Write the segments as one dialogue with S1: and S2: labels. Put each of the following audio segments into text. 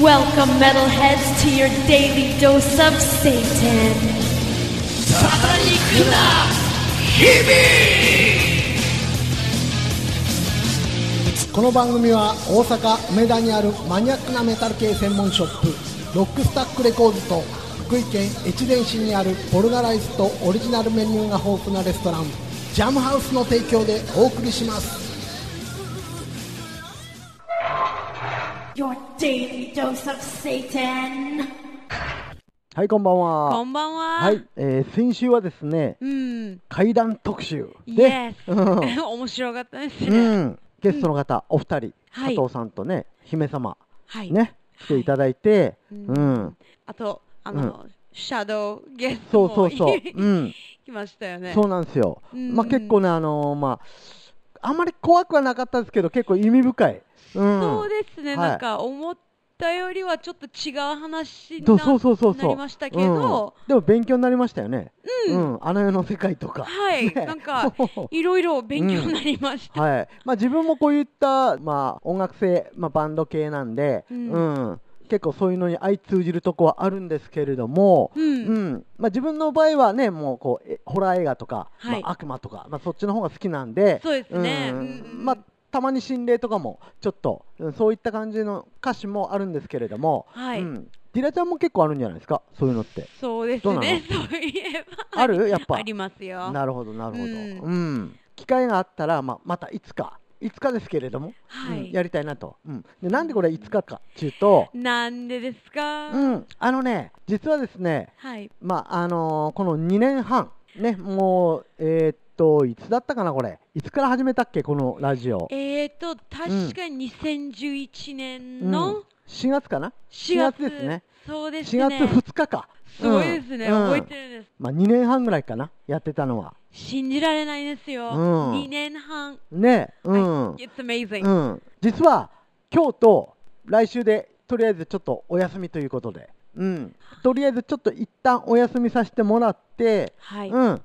S1: Welcome, metalheads, to your daily dose of Satan.
S2: この番組は大阪梅田にあるマニアックなメタル系専門ショップロックスタックレコーズと福井県越前市にあるボルガライスとオリジナルメニューが豊富なレストランジャムハウスの提供でお送りします
S1: Your daily dose of Satan.
S2: はいこんばんは
S3: こんばんは。
S2: はい、えー先週はですね
S3: うん。
S2: 怪談特集
S3: イエス。
S2: うん
S3: 面白かったです
S2: う
S3: ね。
S2: ん、ゲストの方、お二人、
S3: はい
S2: 加藤さんとね姫様
S3: はい。
S2: ね来ていただいて、
S3: うん
S2: うん、
S3: あと、あの、シャドウゲス
S2: そ
S3: ト
S2: うそうそう、う
S3: も
S2: ん、
S3: 来ましたよね。
S2: そうなんですよ。
S3: うん
S2: まあ結構ねあのーまああんまり怖くはなかったですけど結構意味深い。うん、
S3: そうですね。
S2: はい
S3: なんか、思ったよりはちょっと違う話に
S2: そ
S3: な
S2: うそうそうそう
S3: なりましたけど、
S2: うんでも勉強になりましたよね。うん、あの世の世界とか。
S3: はい
S2: ね
S3: な んかいろいろ勉強になりました。
S2: はい、まあ自分もこういったまあ音楽性まあバンド系なんで、う、
S3: うんん
S2: 結構そういうのに相通じるとこはあるんですけれども。
S3: うん。
S2: うんまあ、自分の場合はねもうこうえホラー映画とか、
S3: はい
S2: まあ、悪魔とか、まあ、そっちの方が好きなんで
S3: そうですね
S2: うん
S3: うんうん
S2: まあ、たまに心霊とかもちょっと、うんそういった感じの歌詞もあるんですけれども、
S3: はい
S2: うん、ディラちゃんも結構あるんじゃないですかそういうのって
S3: そうです
S2: どうなの
S3: ね。そういえば。
S2: あるやっぱ
S3: ありますよ。
S2: なるほどなるほど、う
S3: うんん
S2: 機会があったら、まあ、またいつかいつかですけれども、
S3: は
S2: うん
S3: い。
S2: やりたいなと、うん、でなんでこれいつかかっていうと、
S3: なんでですか、
S2: うん、あのね実はですね
S3: はい。
S2: まああのーこの2年半、ね、もう、えーっと、いつだったかな、これ、いつから始めたっけ、このラジオ。
S3: えーと、確かに2011年
S2: う
S3: の
S2: ん、4月かな、
S3: 4
S2: 4月
S3: 月
S2: ですね。
S3: そうです
S2: 4
S3: ね。
S2: 月2日か、
S3: すごいですね、
S2: うん
S3: 覚えてるんです。
S2: まあ、2年半ぐらいかな、やってたのは。
S3: 信じられないですよ。
S2: うん
S3: 2年半。
S2: ね、うん、
S3: はい、It's amazing、
S2: うん、実は今日と来週で、とりあえずちょっとお休みということで、うん、とりあえずちょっと一旦お休みさせてもらって、
S3: はい。
S2: うん、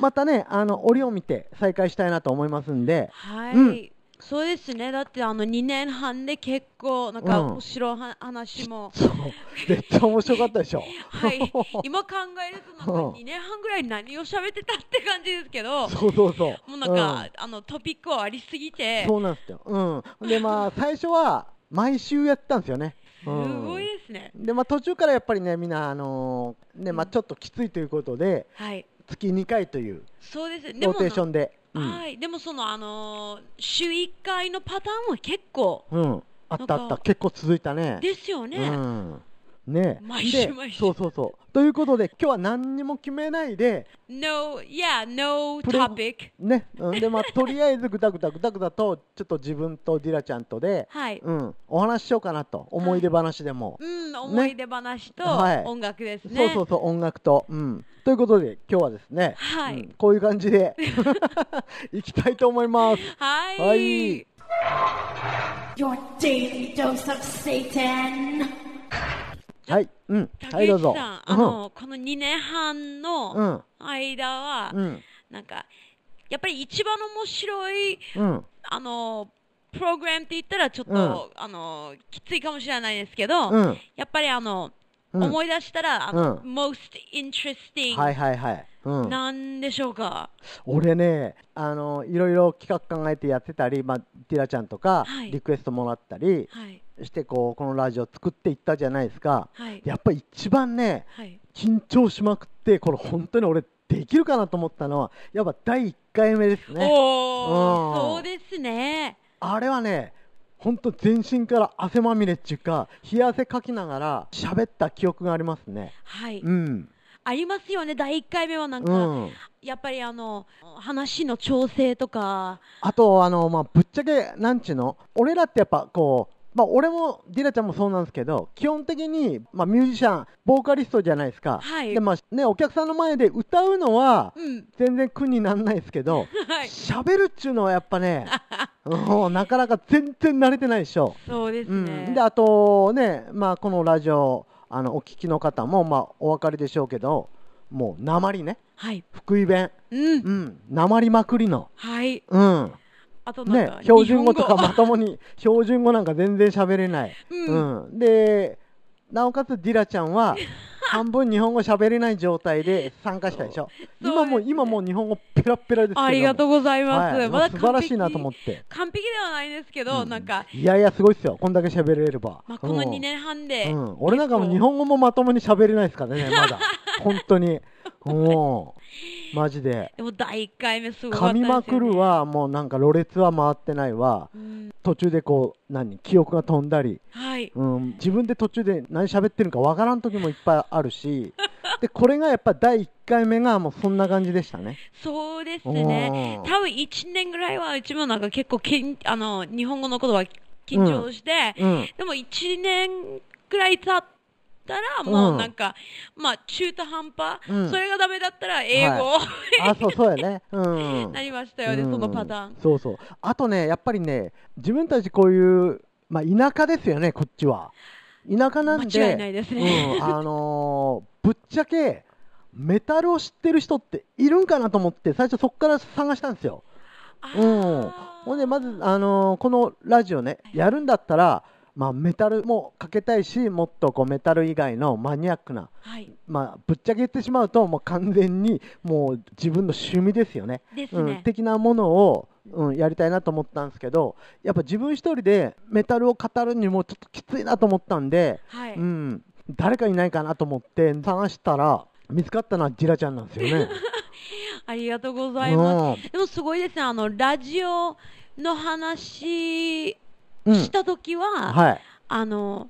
S2: またね、あの折を見て再開したいなと思いますんで。
S3: はい、
S2: うん
S3: そうですね。だってあの2年半で結構なんか
S2: うん
S3: 面白いは話も、
S2: そう、めっちゃ面白かったでしょ。
S3: はい。今考えるとなんか
S2: うん
S3: 2年半ぐらい何を喋ってたって感じですけど、
S2: そうそうそう。
S3: もうなんか、あのトピックはありすぎ
S2: う
S3: て
S2: ん、、そうなんですよ。うん。で、まあ、最初は毎週やってたんですよね。
S3: す
S2: うん
S3: ごいですね。
S2: で、まあ、途中からやっぱりね、みんな、あのーね、まあ、ちょっときついということで、
S3: はい。
S2: 月2回という
S3: そうですね。で
S2: ロ
S3: も
S2: ーテーションで。うん
S3: はい、でもそのあのー週一回のパターンは結構
S2: うん。あったあ
S3: な
S2: っ
S3: ん
S2: た。
S3: か
S2: 結構続いたね。
S3: ですよね。
S2: うん。ね
S3: 毎週
S2: で
S3: 毎週
S2: そうそうそう。ということで、今日は何にも決めないで、
S3: no, yeah, no
S2: プレ
S3: topic.
S2: ね。うんで、 まあ、とりあえずぐだぐだぐだぐだと、ちょっと自分とディラちゃんとで、
S3: はい。
S2: うん、お話ししようかなと思い出話でも、
S3: うん、思い出話と
S2: はい
S3: 音楽ですね。
S2: そうそうそう音楽と、うん、ということで今日はですね、
S3: はい
S2: うんこういう感じ でいきたいと思います
S3: はい。
S2: はい。
S1: Your daily dose of Satan.
S2: はい、うん、は
S3: 竹
S2: いどう
S3: 内
S2: ぞ
S3: さん、あの、この2年半
S2: う
S3: の
S2: ん
S3: 間は、
S2: うん
S3: なんか、やっぱり一番面白い、
S2: うん
S3: あの、プログラムって言ったらちょっと、
S2: うん
S3: あの、きついかもしれないですけど、
S2: うん
S3: やっぱりあの、
S2: うん
S3: 思い出したら、あの、
S2: う
S3: most interesting、
S2: はいはいはい、うん、
S3: なんでしょうか。
S2: 俺ねあのいろいろ企画考えてやってたり、まあ、ティラちゃんとか、
S3: はい
S2: リクエストもらったり
S3: はい。
S2: してこうこのラジオ作っていったじゃないですか
S3: はい。
S2: やっぱり一番ね
S3: はい。
S2: 緊張しまくってこれ本当に俺できるかなと思ったのはやっぱ第1回目ですね
S3: お
S2: う
S3: お、
S2: ん
S3: そうですね。
S2: あれはね本当全身から汗まみれっていうか冷や汗かきながら喋った記憶がありますね
S3: はい。
S2: うん
S3: ありますよね。第一回目はなん
S2: う
S3: か、
S2: ん
S3: やっぱりあの、話の調整とか、
S2: あとあのまあぶっちゃけなんちゅうの俺らってやっぱこうまあ俺もディラちゃんもそうなんですけど基本的に、まあ、ミュージシャンボーカリストじゃないですか、
S3: はい
S2: でまあね、お客さんの前で歌うのは
S3: うん。
S2: 全然苦にならないですけど、
S3: はい。
S2: 喋るっちゅうのはやっぱ ねうんなかなか全然慣れてないでしょ、
S3: そうです
S2: う
S3: ね。
S2: ん、であとね、まあ、このラジオあのお聞きの方も、まあ、お分かりでしょうけどもう鉛ね
S3: はい。
S2: 福井弁
S3: うん。
S2: うん鉛まくりの
S3: はい。
S2: うん
S3: あとなん
S2: ね
S3: か、、
S2: 標準語とか
S3: 日本
S2: まともに 標準語なんか全然喋れない、
S3: うん
S2: うんでなおかつディラちゃんは半分日本語喋れない状態で参加したでしょ
S3: そう
S2: 今も
S3: そうですね
S2: 今もう日本語ペラペラですけど
S3: ありがとうございます、
S2: はい、
S3: まだ
S2: 素晴らしいなと思
S3: っ
S2: ってて
S3: 完璧ではないですけど、なんか、
S2: いやいやすごいっすよこんだけ喋れれば、
S3: まあ、この
S2: うん
S3: 2年半で、
S2: うん、俺なんかもう日本語もまともに喋れないですからねまだ 本当にもうマジで
S3: でも第1回目すごかっ
S2: 噛
S3: たです
S2: み
S3: よ、ね、
S2: まくるはもうなんかろれつは回ってないわ
S3: うん、
S2: 途中でこう何記憶が飛んだり、
S3: はい、
S2: うん、自分で途中で何喋ってるのかわからん時もいっぱいあるしでこれがやっぱ第1回目がもうそんな感じでした ね
S3: そうですね
S2: おー
S3: 多分1年ぐらいはうちもなんか結構けんあの日本語のことは緊張して、
S2: うん
S3: でも1年ぐらい経ったらもううんなんか、まあ中途半端、
S2: うん
S3: それがダメだったら英語、
S2: あそうそうやね うん
S3: なりましたよね、そのパター
S2: うん
S3: ン
S2: そうそうあとねやっぱりね自分たちこういう、まあ、田舎ですよねこっちは田舎なんで
S3: 間違いないですね
S2: うん、あのーぶっちゃけメタルを知ってる人っているんかなと思って最初そこから探したんですよ、
S3: あ
S2: う
S3: ー
S2: ん、ほんでまず、あのーこのラジオねやるんだったら、まあ、メタルもかけたいしもっとこうメタル以外のマニアックな
S3: はい
S2: まあ、ぶっちゃけ言ってしまうともう完全にもう自分の趣味ですよね
S3: ですね
S2: うん、的なものを、うん、やりたいなと思ったんですけどやっぱ自分一人でメタルを語るにもちょっときついなと思ったんで、
S3: はい、
S2: うん、誰かいないかなと思って探したら見つかったのはジラちゃんなんですよね。
S3: ありがとうございます、
S2: うん
S3: でもすごいですねあのラジオの話
S2: うん
S3: した時は、
S2: はい
S3: あの、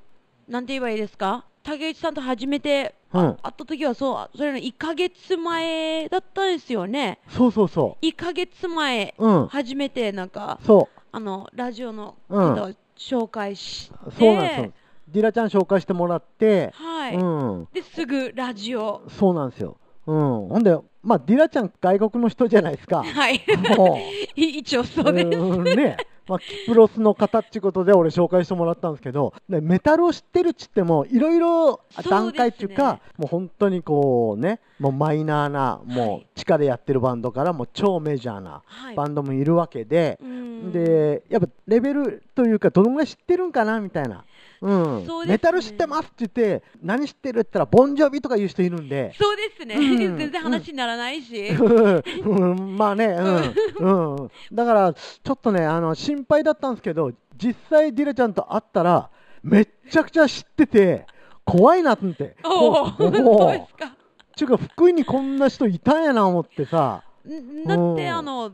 S3: なんて言えばいいですか竹内さんと初めて
S2: うん、
S3: 会った時はそう、それの1ヶ月前だったんですよね。
S2: そうそうそ
S3: 1ヶ月前、
S2: う、うん、
S3: 初めてなんか、
S2: そ
S3: あの、ラジオの
S2: うん
S3: 方を紹介し
S2: う
S3: て、
S2: そうなんですよ、ディラちゃん紹介してもらって、
S3: はい。
S2: うん、
S3: で、すぐラジオ。
S2: そうなんですよ。うん、ほんで、まあ、ディラちゃん、外国の人じゃないです か。
S3: はい。
S2: も
S3: 一応そう
S2: う
S3: です。
S2: うんね、まあ、キプロスの方っていうことで俺紹介してもらったんですけど、ね、メタルを知ってるっつってもいろいろ
S3: そうですね
S2: 段階っていうかもう本当にこうねもうマイナーなもう地下でやってるバンドからもう超メジャーな
S3: はい。
S2: バンドもいるわけで、
S3: うん、
S2: でやっぱレベルというかどのぐらい知ってるんかなみたいな、うん
S3: そうですね
S2: メタル知ってますって言って何知ってるって言ったらボンジョビとか言う人いるん で。
S3: そうですね。
S2: うん
S3: 全然話にならないし。
S2: うんまあね、うん、うん、だから、ちょっとね、あの心配だったんですけど、実際、ディレちゃんと会ったら、めっちゃくちゃ知ってて、怖いなと思って、
S3: おお、そうですか。
S2: ちゅうか、福井にこんな人いたんやな思ってさ、
S3: んだって
S2: うん
S3: あの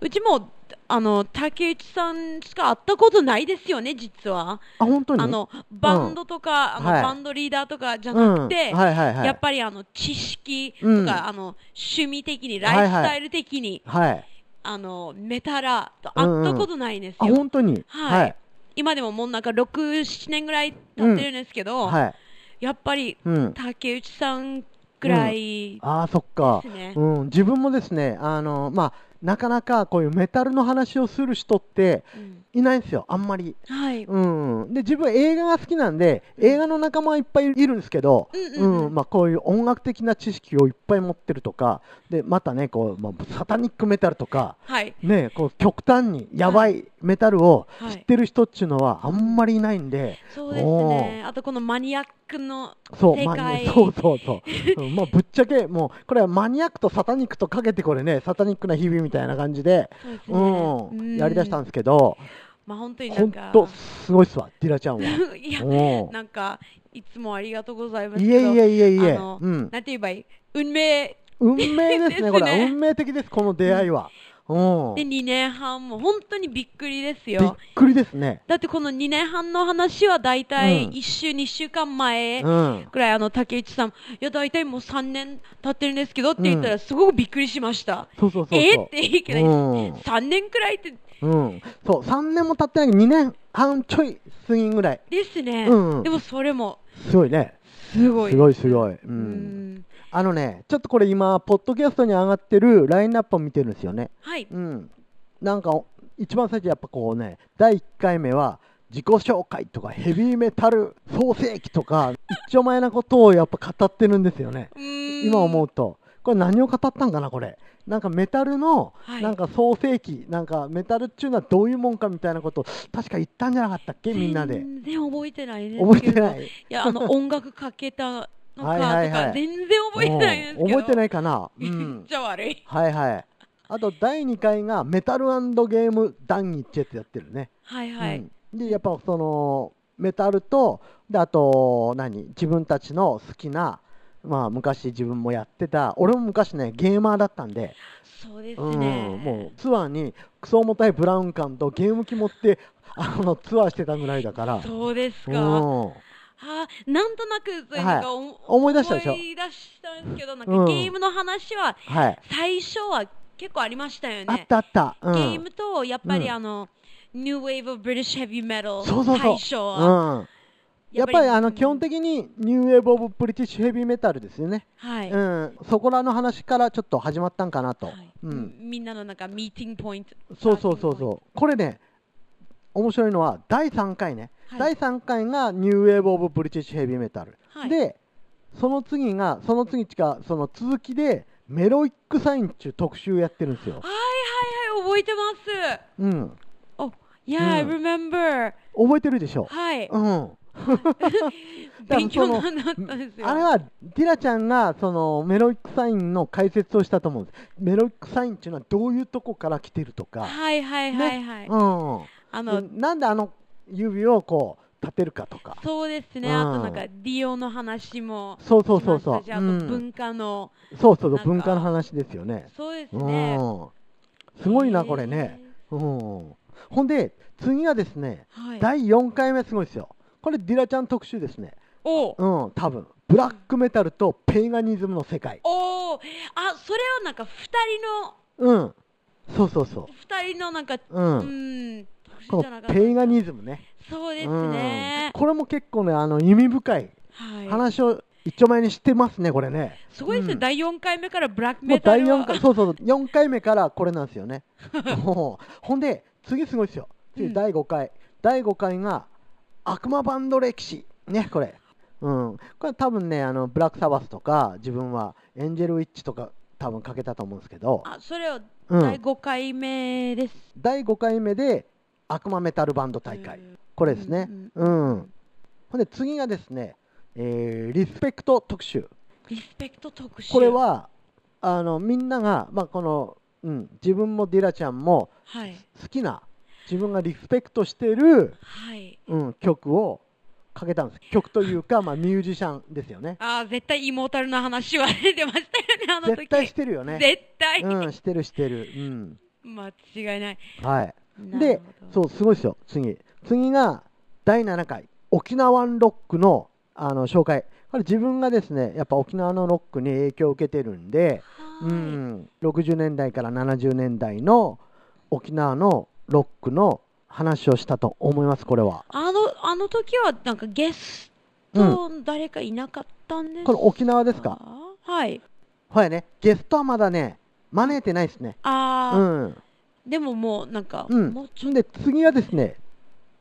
S3: うちもあの竹内さんしか会ったことないですよね実は
S2: あ、本当に
S3: あのバンドとか、あの
S2: はい
S3: バンドリーダーとかじゃ
S2: うん
S3: なくて、
S2: はいはいはい、
S3: やっぱりあの知識とか、
S2: うん
S3: あの趣味的に
S2: はいはい
S3: ライフスタイル的に、
S2: はい、
S3: あのメタラと会ったことないんです
S2: あ、
S3: よ、
S2: 本当に、
S3: はい
S2: はい、
S3: 今でももうなんか67年ぐらい経ってるんですけど、
S2: はい、
S3: やっぱり
S2: うん、
S3: 竹内さんぐらい、
S2: あーそっか、
S3: ですね
S2: うん、自分もですね、あのまあ、なかなかこういうメタルの話をする人って
S3: うん
S2: いないんですよ、あんまり。
S3: はい、
S2: うん、で自分映画が好きなんで映画の仲間はいっぱいいるんですけど、
S3: うんうんうん
S2: まあ、こういう音楽的な知識をいっぱい持ってるとかでまたねこう、まあ、サタニックメタルとか、
S3: はい
S2: ね、こう極端にやばいメタルを
S3: はい
S2: 知ってる人っていうのはあんまりいないんで、
S3: そうです
S2: お
S3: ね
S2: ー。
S3: あとこのマニアックの
S2: そう
S3: 世
S2: まあ
S3: 界
S2: そうそうそう、うんまあ、ぶっちゃけもうこれはマニアックとサタニックとかけてこれねサタニックな日々みたいな感じで、
S3: そうです
S2: う
S3: ね
S2: んやりだしたん
S3: ん
S2: ですけど
S3: まあ本当になん
S2: 本
S3: か
S2: 当すごいっすわディラちゃ んは。
S3: いや
S2: うん
S3: なんかいつもありがとうございます
S2: いえいえいえいえ
S3: あ、の
S2: うん、
S3: なんて言えばいい運命
S2: 運命ですね
S3: ですね
S2: これ運命的ですこの出会いは、うん
S3: で2年半も本当にびっくりです
S2: びっ
S3: よ
S2: くりですね
S3: だってこの2年半の話は大体
S2: うん
S3: 1週2週間前
S2: うん
S3: くらいあの竹内さんいや大体もう3年経ってるんですけどって言ったらすごくびっくりしました、
S2: そうそうそうそう
S3: えーって言うけど
S2: うん
S3: 3年くらいって
S2: うんそう三年も経ってない2年半ちょい過ぎんぐらい
S3: ですね、
S2: うん
S3: でもそれも
S2: すごいね
S3: すごい
S2: すごいすごい、う、
S3: うんん
S2: あのねちょっとこれ今ポッドキャストに上がってるラインナップを見てるんですよね
S3: はい、
S2: うんなんかお一番最初やっぱこうね第1回目は自己紹介とかヘビーメタル創世記とか一丁前なことをやっぱ語ってるんですよね
S3: うーん
S2: 今思うとこれ何を語ったんかなこれなんかメタルの
S3: はい
S2: なんか創世記、なんかメタルっていうのはどういうもんかみたいなこと確か言ったんじゃなかったっけみんなで
S3: 全然覚えてないですけど
S2: 覚えてない
S3: いやあの音楽かけたのかと
S2: はいはいは
S3: か
S2: い
S3: 全然 覚えてないですけ
S2: う
S3: ど
S2: ん覚えて
S3: い
S2: ないかな、う
S3: めっ
S2: ん、
S3: ちゃ悪い
S2: はいはいあと第2回がメタルゲーム談義ってやつやってるね
S3: はいはい、
S2: うん、でやっぱそのメタルとであと何自分たちの好きなまあ昔自分もやってた俺も昔ねゲーマーだったんで、
S3: そうです
S2: うん、
S3: ね、
S2: もうツアーにクソ重たいブラウン管とゲーム機持ってあのツアーしてたぐらいだから
S3: そうです
S2: う
S3: か、あ
S2: ん、
S3: ーなんとなくそういうのがお
S2: 思い出したでしょ
S3: 思い出したんですけどなんか
S2: うん
S3: ゲームの話は
S2: はい
S3: 最初は結構ありましたよね
S2: あったあった、うん、
S3: ゲームとやっぱり、
S2: うん
S3: あの New Wave of British Heavy Metal
S2: そうそうそう
S3: 最初は、
S2: うん、やっぱりあの基本的にニューウェーブ・オブ・ブリティッシュ・ヘビー・メタルですよね、
S3: はい、
S2: うん、そこらの話からちょっと始まったんかなと、
S3: はい
S2: うん、
S3: みんなのなんかミーティングポイント
S2: そうそうそうそうこれね面白いのは第3回ね、
S3: は
S2: 第
S3: い
S2: 3回がニューウェーブ・オブ・ブリティッシュ・ヘビー・メタル、
S3: はい
S2: でその次がその次っていうかその続きでメロイック・サインっていう特集やってるんですよ、
S3: はいはいはい覚えてます
S2: うん、
S3: Oh yeah I
S2: うん
S3: remember
S2: 覚えてるでしょ、
S3: はい
S2: うん、
S3: 勉強になったんですよ
S2: あれはディラちゃんがそのメロイック・サインの解説をしたと思うんですメロイック・サインっていうのはどういうとこから来てるとか、
S3: はいはいはいはい、
S2: うん
S3: あの
S2: でなんであの指をこう立てるかとか
S3: そうですね、
S2: うん
S3: あとなんかディオの話も
S2: そうそうそうそう
S3: しましたしあと
S2: うん
S3: 文化の、
S2: そうそう
S3: な
S2: そう
S3: んか
S2: 文化の話ですよね。
S3: そうです
S2: う
S3: ね、
S2: ん、すごいな、これね。うん、ほんで、次がですね、
S3: はい、
S2: 第4回目すごいですよ。これ、ディラちゃん特集ですね。
S3: おう
S2: うん、多分ブラックメタルとペイガニズムの世界。
S3: おうあそれはなんか二人の
S2: うん、そうそうそ
S3: 二人のなんか
S2: う。うん、
S3: うん特殊
S2: こ
S3: じゃな
S2: の
S3: かった
S2: ペイガニズムね。
S3: そうです
S2: うん
S3: ね、、
S2: これも結構ね、あの意味深い
S3: はい
S2: 話を一丁前にしてますね、これね。
S3: すごいですね、
S2: うん
S3: 第四回目からブラック
S2: も
S3: メ
S2: う
S3: タ
S2: 第
S3: ル
S2: 4
S3: は
S2: 回、そうそうそう、4回目からこれなんですよ ね。もうほんで、次すごいですよ。
S3: う
S2: 次、
S3: ん
S2: 第5回。第5回が、悪魔バンド歴史。ね、これ。うん。これ多分ね、あの、ブラックサバスとか、自分はエンジェルウィッチとか、多分かけたと思うんですけど、
S3: あそれを
S2: うん
S3: 第五回目です、
S2: 第5回目で、悪魔メタルバンド大会。これですね。うん。ほんで、次がですね、えーリスペクト特集。
S3: リスペクト特集
S2: これは、あの、みんなが、まあ、この、うん、自分もディラちゃんも、
S3: はい
S2: 好きな自分がリスペクトしてる、
S3: はい
S2: うん、曲をかけたんです曲というか、まあ、ミュージシャンですよね
S3: あー絶対イモータルの話は 出てましたよねあの時
S2: 絶対してるよね
S3: 絶対
S2: うん、してるしてる、うん
S3: 間違いない
S2: はい、
S3: なる
S2: で
S3: ほど
S2: そうすごいですよ次次が第7回沖縄ンロックのあの紹介これ自分がですねやっぱ沖縄のロックに影響を受けてるんで、
S3: は
S2: う
S3: ーい
S2: ん、60年代から70年代の沖縄のロックの話をしたと思いますこれは
S3: あのあの時はなんかゲスト誰かいなかったんですか、
S2: これ沖縄ですか
S3: はい
S2: ほやね、ゲストはまだね、招いてないですね。
S3: あ
S2: う
S3: ー、
S2: ん。
S3: でももうなんか、
S2: うん
S3: もうちょ
S2: んで、次はですね、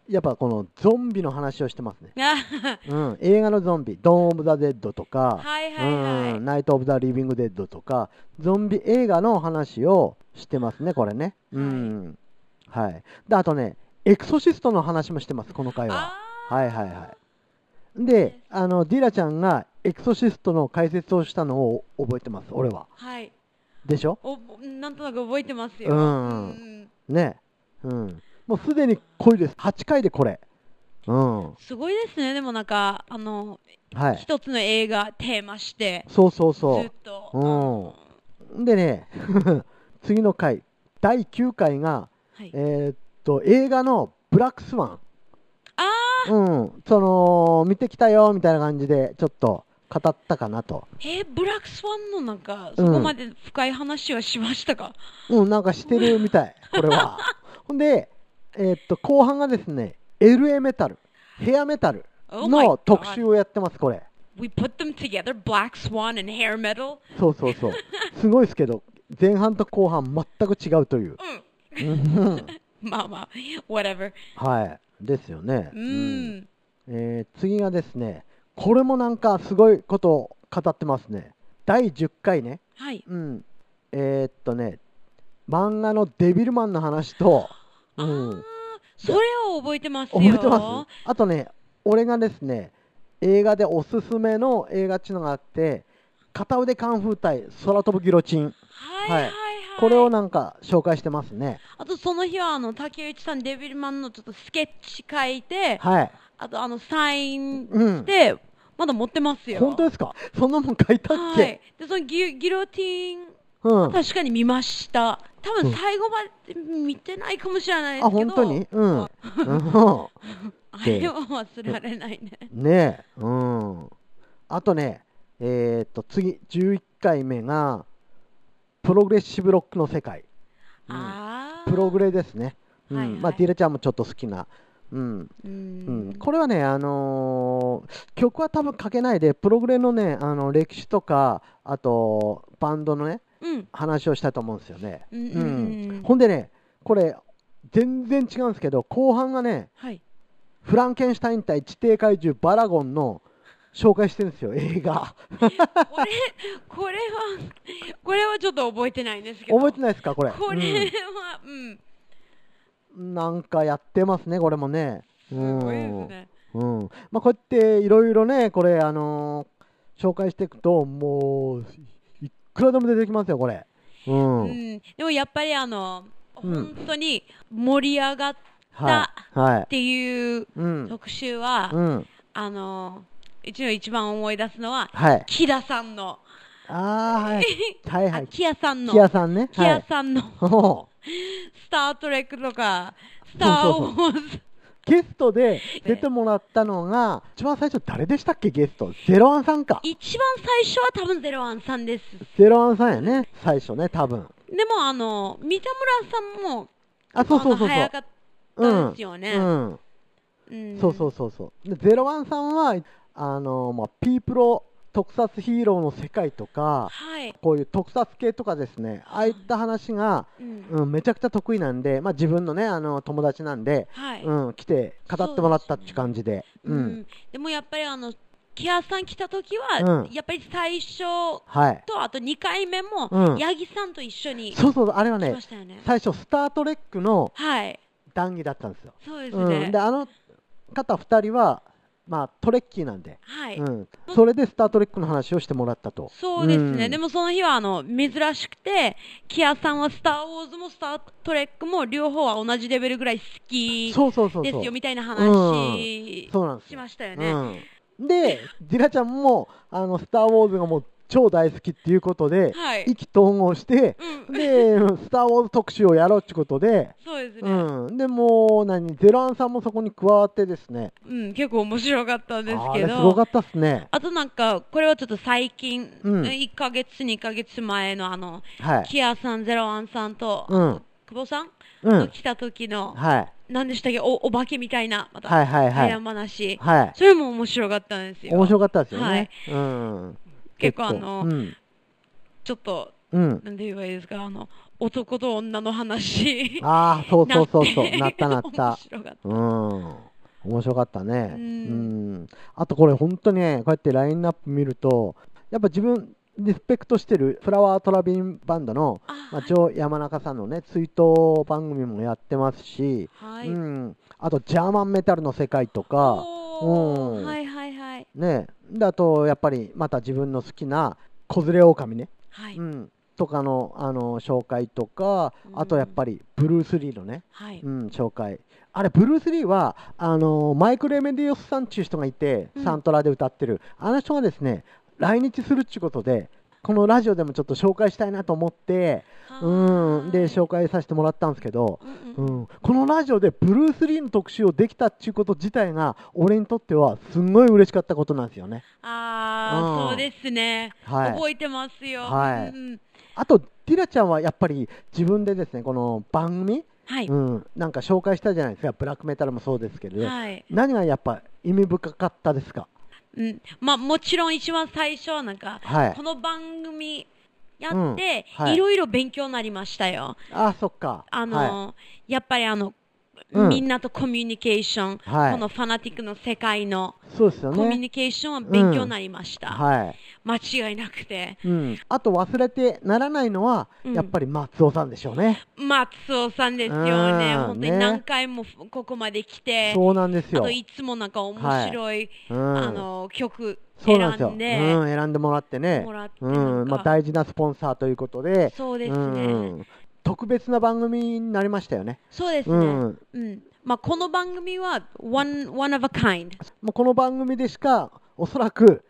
S2: やっぱこのゾンビの話をしてますね。
S3: あ
S2: うん。映画のゾンビ、ドーン・オブ・ザ・デッドとか、
S3: はいはいはい
S2: うん、ナイト・オブ・ザ・リビング・デッドとか、ゾンビ映画の話をしてますね、これね。うん。はい。で、あとね、エクソシストの話もしてます、この回は。
S3: あー
S2: はいはいはい。で、あの、ディラちゃんがエクソシストの解説をしたのを覚えてます、俺は。
S3: はい
S2: でしょ
S3: おなんとなく覚えてますよ、
S2: うん
S3: うん
S2: ね、うん、もうすでに濃いです、8回でこれ、うん、は
S3: すごいですねでもなんかあの
S2: い、
S3: 一つの映画テーマして
S2: そうそう
S3: ず
S2: そ
S3: っと
S2: う、
S3: は
S2: うん、でね、 次の回、第9回が、
S3: い
S2: えーっと映画のブラックスワン、
S3: あ
S2: うん、その見てきたよみたいな感じで、ちょっと語ったかなと、
S3: えーブラックスワンのなんかそこまで深い話はしましたか、
S2: うん、なんかしてるみたい、これ は。ほんで、えーっと後半がですね、LA メタル、ヘアメタル
S3: Oh my
S2: の
S3: God
S2: 特集をやってます、これ。
S3: We put them together, Black Swan and Hair Metal.
S2: そうそう そう。すごいですけど、前半と後半全く違うという。
S3: まあまあ、whatever.
S2: はい。ですよね。
S3: うーん。
S2: えー次がですね、これもなんかすごいことを語ってますね。第10回ね、
S3: はい。
S2: うん、えーっとね、漫画のデビルマンの話と、
S3: あ
S2: う
S3: ー
S2: ん、
S3: それは覚えてますよ。
S2: 覚えてますあとね、俺がですね、映画でおすすめの映画っていうのがあって、片腕カンフー対空飛ぶギロチン、
S3: はいはいはい。
S2: これをなんか紹介してますね。
S3: あとその日はあの竹内さんデビルマンのちょっとスケッチ書いて、
S2: はい。
S3: あとあのサイン
S2: うん。
S3: で、まだ持ってますよ。
S2: 本当ですかそんなもん書いたっ
S3: は
S2: け、
S3: い。で、そのギギロティン、
S2: うん。あ、
S3: 確かに見ました。多
S2: うん
S3: 分最後まで見てないかもしれないですけ
S2: 本
S3: ど、
S2: 当にうん。
S3: あ
S2: うん
S3: あ れは忘れられないね。
S2: ねえ、うん。あとね、えーっと、次、11回目が、プログレッシブロックの世界。うん
S3: ああ。
S2: プログレですね。うん。
S3: はいはい
S2: まあ、ディレちゃんもちょっと好きな。うん。
S3: う
S2: うん
S3: ん。
S2: これはね、あのー曲は多分書けないで、プログレのね、あの、歴史とか、あと、バンドのね、
S3: うん。
S2: 話をしたと思うんですよね。
S3: うんうんうんうん
S2: ほんでね、これ、全然違うんですけど、後半がね、
S3: はい。
S2: フランケンシュタイン対地底怪獣バラゴンの紹介してるんですよ、映 画。
S3: これ、これは、これはちょっと覚えてないんですけど。
S2: 覚えてないですか、これ。
S3: これは、うん。
S2: うんなんかやってますね、これもね。う
S3: す
S2: ん
S3: ごいですね。
S2: うんまあ、こうやっていろいろね、これ、あのー紹介していくと、もう、いくらでも出てきますよ、これ。うん。
S3: うん、でもやっぱりあの、
S2: うん
S3: 本当に盛り上がっ
S2: は
S3: た
S2: い。は
S3: っ
S2: い。
S3: ていう
S2: うん。
S3: 特集は、
S2: うん。
S3: あの、うちの一番思い出すのは、
S2: はい。
S3: キラさんの、
S2: あー、はい。はいは
S3: あ
S2: い。
S3: キヤさんの、
S2: キアさんね。
S3: キ
S2: は
S3: ヤ
S2: い。
S3: さ んの、
S2: ほう
S3: スター・トレックとか、スター・
S2: そう
S3: ウォーズ、
S2: ゲストで出てもらったのが、一番最初誰でしたっけ、ゲスト。ゼロワンさんか。
S3: 一番最初は多分ゼロワンさんです。
S2: ゼロワンさんやね、最初ね、多分。
S3: でもあの、三田村さんも、
S2: あ、そうそうそうそ
S3: あの早
S2: う
S3: か。った
S2: うん
S3: ですよね。
S2: ん。
S3: うん
S2: そうそうそうそう。で、ゼロワンさんは、あの、まあ、ピープロ特撮ヒーローの世界とか、
S3: はい。
S2: こういう特撮系とかですね、ああいった話が、
S3: うん
S2: うん、めちゃくちゃ得意なんで、まあ、自分のね、あの、友達なんで、
S3: はい。
S2: うん、来て語ってもらったって感じで。う。
S3: うんん、でもやっぱりあの、キアさん来た時
S2: う
S3: は、
S2: ん
S3: やっぱり最初
S2: はい。
S3: と、あと2回目も、
S2: うん
S3: 八木さんと一緒に来
S2: そうそう、あれはね
S3: ま、したよね。
S2: 最初、スター・トレックの
S3: はい、
S2: 談義だったんですよ。
S3: そうですね。
S2: うん。で、あの方2人は、まあ、トレッキーなんで、
S3: はい、
S2: うん、それでスター・トレックの話をしてもらったと。
S3: そうですね、
S2: うん
S3: でもその日はあの珍しくて、キアさんはスター・ウォーズもスター・トレックも両方は同じレベルぐらい好き
S2: そうそうそう
S3: で
S2: そ
S3: す
S2: う
S3: よ。みたいな話
S2: そうなんです
S3: し
S2: よ。
S3: ましたよね。
S2: うん、 で、ディラちゃんも、あの、スター・ウォーズがもう超大好きっていうことで、
S3: はい
S2: 意気投合して、
S3: うん
S2: で、スター・ウォーズ特集をやろうってことで、
S3: そうですね、うん
S2: うん、でもう何、ゼロアンさんもそこに加わってですね、
S3: 結構面白かったんです
S2: あ
S3: け
S2: れ
S3: ど。
S2: すごかったっすね。
S3: あとなんか、これはちょっと最近、
S2: うん
S3: 1ヶ月、2ヶ月前のあの、
S2: はい。
S3: キアさん、ゼロワンさんと、
S2: うん
S3: 久保さん、
S2: う
S3: の
S2: ん。
S3: 来た時の、
S2: はい。
S3: 何でしたっけ、おお化けみたいな、また、
S2: はいはいはい
S3: 早話、
S2: はい。
S3: それも面白かったんですよ。
S2: 面白かったですよね。
S3: はい
S2: うん。
S3: 結構あの
S2: うん。
S3: ちょっと、
S2: うん。
S3: なんて言えばいいですか、あの、男と女の話。
S2: ああ、そうそうそうそ
S3: なっ
S2: う。
S3: て
S2: なったなっ
S3: 面
S2: た。
S3: 白かった。
S2: うん。面白かったね。う
S3: うん
S2: ん。あとこれ本当にね、こうやってラインナップ見ると、やっぱ自分、リスペクトしてるフラワートラビンバンドの、
S3: あ
S2: まあ、ジョー山中さんのね、追悼番組もやってますし、
S3: はい。
S2: うん、あとジャーマンメタルの世界とか、
S3: お
S2: う
S3: ー
S2: ん
S3: はいはいはい。
S2: ね、であとやっぱりまた自分の好きな「子連れ狼ね」
S3: はい。
S2: うん、とかのあの紹介とか、
S3: うん
S2: あとやっぱりブルース・リーのね、
S3: はい。
S2: うん、紹介あれブルース・リーはあのマイク・レメディオスさんっていう人がいて、
S3: うん
S2: サントラで歌ってるあの人がですね来日するっちゅうことでこのラジオでもちょっと紹介したいなと思って、うん、で紹
S3: 介。
S2: 介させてもらったんですけど、
S3: うんうん
S2: うん、このラジオでブルース・リーの特集をできたっていうこと自体が俺にとってはすんごい嬉しかったことなんですよね。うん
S3: ああ、そうですね、
S2: はい
S3: 覚えてますよ。
S2: はい
S3: うん
S2: あとディラちゃんはやっぱり自分でですねこの番組、
S3: はい。
S2: うん、なんか紹介したじゃないですかブラックメタルもそうですけれど、
S3: はい。
S2: 何がやっぱ意味深かったですか
S3: うん。まあ、もちろん一番最初はなんか、
S2: はい
S3: この番組や
S2: うん
S3: って、
S2: はい
S3: いろいろ勉強になりましたよ。
S2: あそっか
S3: あの
S2: は
S3: ーやっぱりあの、
S2: うん
S3: みんなとコミュニケーション、
S2: はい
S3: このファナティックの世界の
S2: そうですよ
S3: コミュニ
S2: ね。
S3: ケーションは勉強になりました、
S2: はい。
S3: 間違いなくて
S2: うん、あと忘れてならないのは、
S3: うん
S2: やっぱり松尾さんでしょうね。
S3: 松尾さんですよね
S2: うん
S3: 本当に
S2: ね
S3: 何回もここまで来て、
S2: そうなんです
S3: あ
S2: よ。
S3: といつもなんか面白い、
S2: うん
S3: あの曲
S2: そうなんですよ。
S3: 選
S2: うんん、
S3: で
S2: 選んでもらってね。
S3: もらってなん
S2: う
S3: か
S2: ん、まあ大事なスポンサーということで。
S3: そうですね
S2: ん特別な番組になりましたよね。
S3: そうですね、う
S2: うんん
S3: まあ、この番組は one, one of a kind
S2: もうこの番組でしかおそらく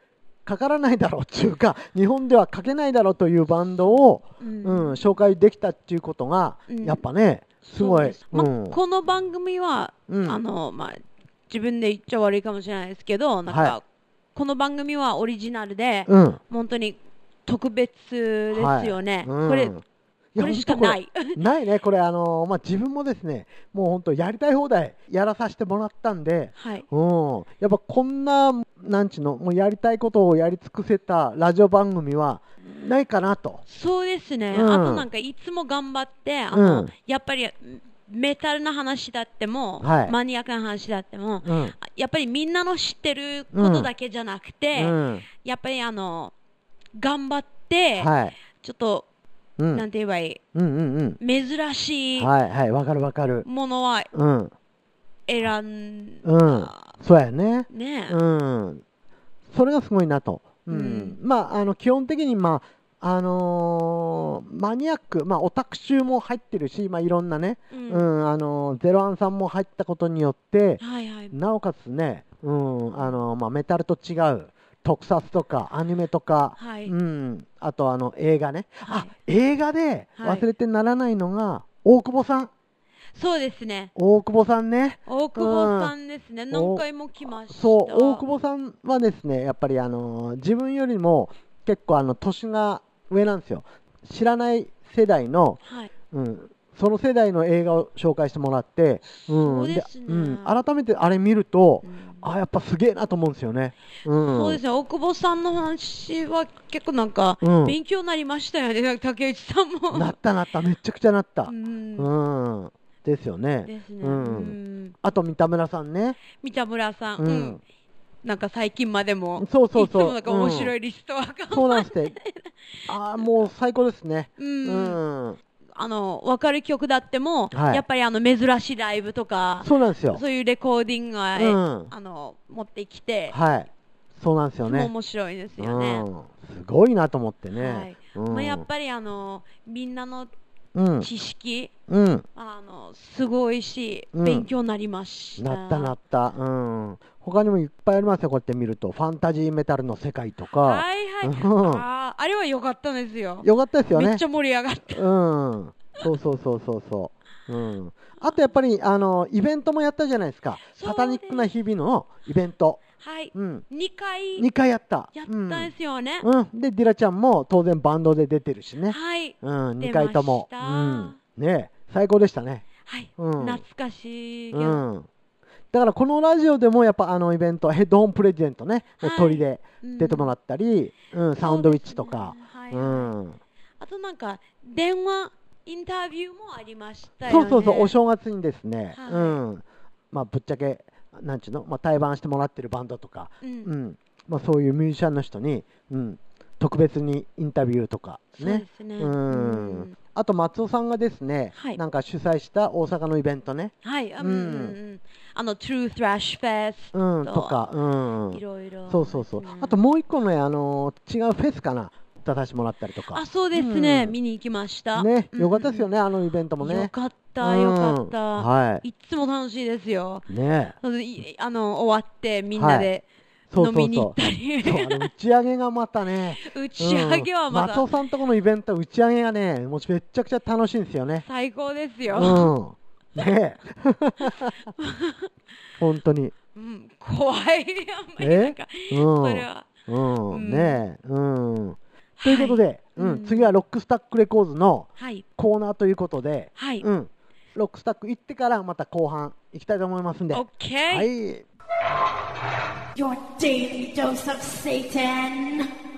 S2: かからないだろうっていうか日本ではかけないだろうというバンドを、
S3: う
S2: うんん紹介できたっていうことが、
S3: うん
S2: やっぱねすご
S3: そう
S2: い
S3: で。まあ
S2: うん
S3: この番組は、
S2: うん
S3: あのまあ、自分で言っちゃ悪いかもしれないですけどなんか、
S2: は
S3: この番組はオリジナルで、
S2: うん
S3: 本当に特別ですよね、
S2: はいうん
S3: これ
S2: い
S3: こ
S2: や
S3: れしか
S2: ほんと
S3: ない
S2: ないね、これ、あのまあ、自分もですね、もう本当、やりたい放題やらさせてもらったんで、
S3: はい
S2: うん、やっぱこんな、なんちゅうの、もうやりたいことをやり尽くせたラジオ番組はないかなと。
S3: そうですね、
S2: うん
S3: あとなんかいつも頑張ってあの、
S2: うん
S3: やっぱりメタルな話だっても、
S2: はい
S3: マニアックな話だっても、
S2: うん
S3: やっぱりみんなの知ってることだけじゃなくて、
S2: うん
S3: やっぱりあの頑張って、
S2: はい
S3: ちょっと、
S2: うん、
S3: なんて言えばいい
S2: うんうん
S3: 珍し
S2: う
S3: い
S2: ん。はいはい、わかるわかる。
S3: ものは
S2: うん。
S3: 選ん
S2: うん。そうやね。
S3: ね、
S2: うん。それがすごいなと。うん。
S3: うん
S2: まあ、あの、基本的に、まあ、あのーマニアック、まあ、オタク集も入ってるし、まあ、いろんなね、
S3: う
S2: うんん、あのーゼロアンさんも入ったことによって、
S3: はいはい、
S2: なおかつね、うん、あのーまあ、メタルと違う、特撮とか、アニメとか、
S3: はい
S2: うん、あと、あの、映画ね。
S3: は
S2: あ
S3: い、
S2: 映画で
S3: はい
S2: 忘れてならないのが、大久保さん。
S3: そうですね
S2: 大久保さんね。
S3: 大久保さんですね、
S2: ん
S3: 何回も来ました
S2: そう大久保さんはですねやっぱりあのー自分よりも結構あの年が上なんですよ知らない世代の、
S3: はい
S2: うん、その世代の映画を紹介してもらって、うん
S3: そうですね
S2: うん、改めてあれ見ると、
S3: ん
S2: あやっぱすげえなと思うんですよね、うん、
S3: そうですね、大久保さんの話は結構なんか、
S2: うん
S3: 勉強になりましたよね、 なんか竹内さんも。
S2: なったなっためちゃくちゃなった
S3: う、ん
S2: うんですよね
S3: ですね、う
S2: うん
S3: ん、
S2: あと三田村さんね、
S3: 三田村さん、
S2: う
S3: うん
S2: ん
S3: なんか最近までも、
S2: そうそうそう
S3: いつもなんか面白いリストは、
S2: そうなんで すねあーもう最高ですね
S3: う
S2: う
S3: ん
S2: ん、
S3: あの分かる曲だっても、
S2: はい
S3: やっぱりあの珍しいライブとか、
S2: そうなんですよ
S3: そういうレコーディングは、
S2: うん
S3: あの持ってきて、
S2: はい、そうなんです
S3: い
S2: よ
S3: つも
S2: ね。
S3: 面白いですよね。
S2: うん、すごいなと思ってね。
S3: はい
S2: うん
S3: まあ、やっぱりあのみんなの
S2: うん、
S3: 知識、
S2: うん、
S3: あのすごいし、
S2: うん
S3: 勉強になりました。
S2: なったなった。うん、他にもいっぱいありますよ。こうやって見ると、ファンタジーメタルの世界とか、
S3: はいはい。
S2: うん
S3: あーあれは良かったですよ。
S2: よかったですよね。
S3: めっちゃ盛り上がった。
S2: うん、そうそうそうそうそう。うん、あとやっぱりあのイベントもやったじゃないですか
S3: そうです
S2: サタニックな日々のイベント、
S3: はい。
S2: うん、
S3: 2回
S2: 2回やった
S3: やったんですよね。
S2: うんうん、でディラちゃんも当然バンドで出てるしね、
S3: はい。
S2: うん、
S3: 出
S2: 2
S3: ま
S2: 回
S3: した
S2: とも、うん、ねえ最高でしたね
S3: はい。
S2: うん
S3: 懐かしいけ
S2: う
S3: ど。
S2: ん、だからこのラジオでもやっぱあのイベントヘッドホンプレゼントね、
S3: はい
S2: 鳥で
S3: うん
S2: 出てもらったり、うんサウンドウィッチとか
S3: そうです
S2: う
S3: ねはい
S2: ん
S3: あとなんか、電話インタビューもありましたよ
S2: そ
S3: ね。
S2: うそうそうお正月にですね、
S3: はい
S2: うんまあ、ぶっちゃけなんちゅうの、まあ、対バンしてもらってるバンドとか、
S3: うん
S2: うんまあ、そういうミュージシャンの人に、うん、特別にインタビューとか
S3: そうで
S2: ね
S3: すね
S2: うん
S3: うん
S2: あと松尾さんがですね、
S3: はい
S2: なんか主催した大阪のイベントね、
S3: はい。うん
S2: うん
S3: うんうんあの、True Thrash Fest
S2: うん、とか、うん、
S3: いろいろ。
S2: そうそうそう、
S3: ん
S2: あと、もう一個のね、あのー違うフェスかな、出させてもらったりとか
S3: あ、、そうですね。
S2: うん
S3: 見に行きました。
S2: ね、
S3: うん
S2: よかったですよね、あのイベントもね。
S3: よかった、
S2: うん
S3: よかった。
S2: はい
S3: いつも楽しいですよ。
S2: ね
S3: そのいあの終わってみんなで
S2: そうそ
S3: 飲
S2: うそう
S3: みに行ったり、
S2: そうあの打ち上げがまたね、
S3: 打ち上げは
S2: うん
S3: ま
S2: 松尾
S3: た
S2: さんとこのイベント、打ち上げがね、もうめっちゃくちゃ楽しいんですよね。
S3: 最高です
S2: う
S3: よ。
S2: ん、ね 本当に。
S3: うん、怖いあ んまり
S2: え
S3: なんか
S2: うん
S3: それは。
S2: う
S3: うん
S2: ん、ねうん。ということで、う
S3: うん
S2: ん、次はロックスタックレコーズの
S3: はい
S2: コーナーということで、
S3: はい。
S2: う
S3: オ
S2: ん、ロックスタック行ってからまた後半行きたいと思いますんで。
S3: ッケー。
S2: はい。
S1: Your daily dose of Satan.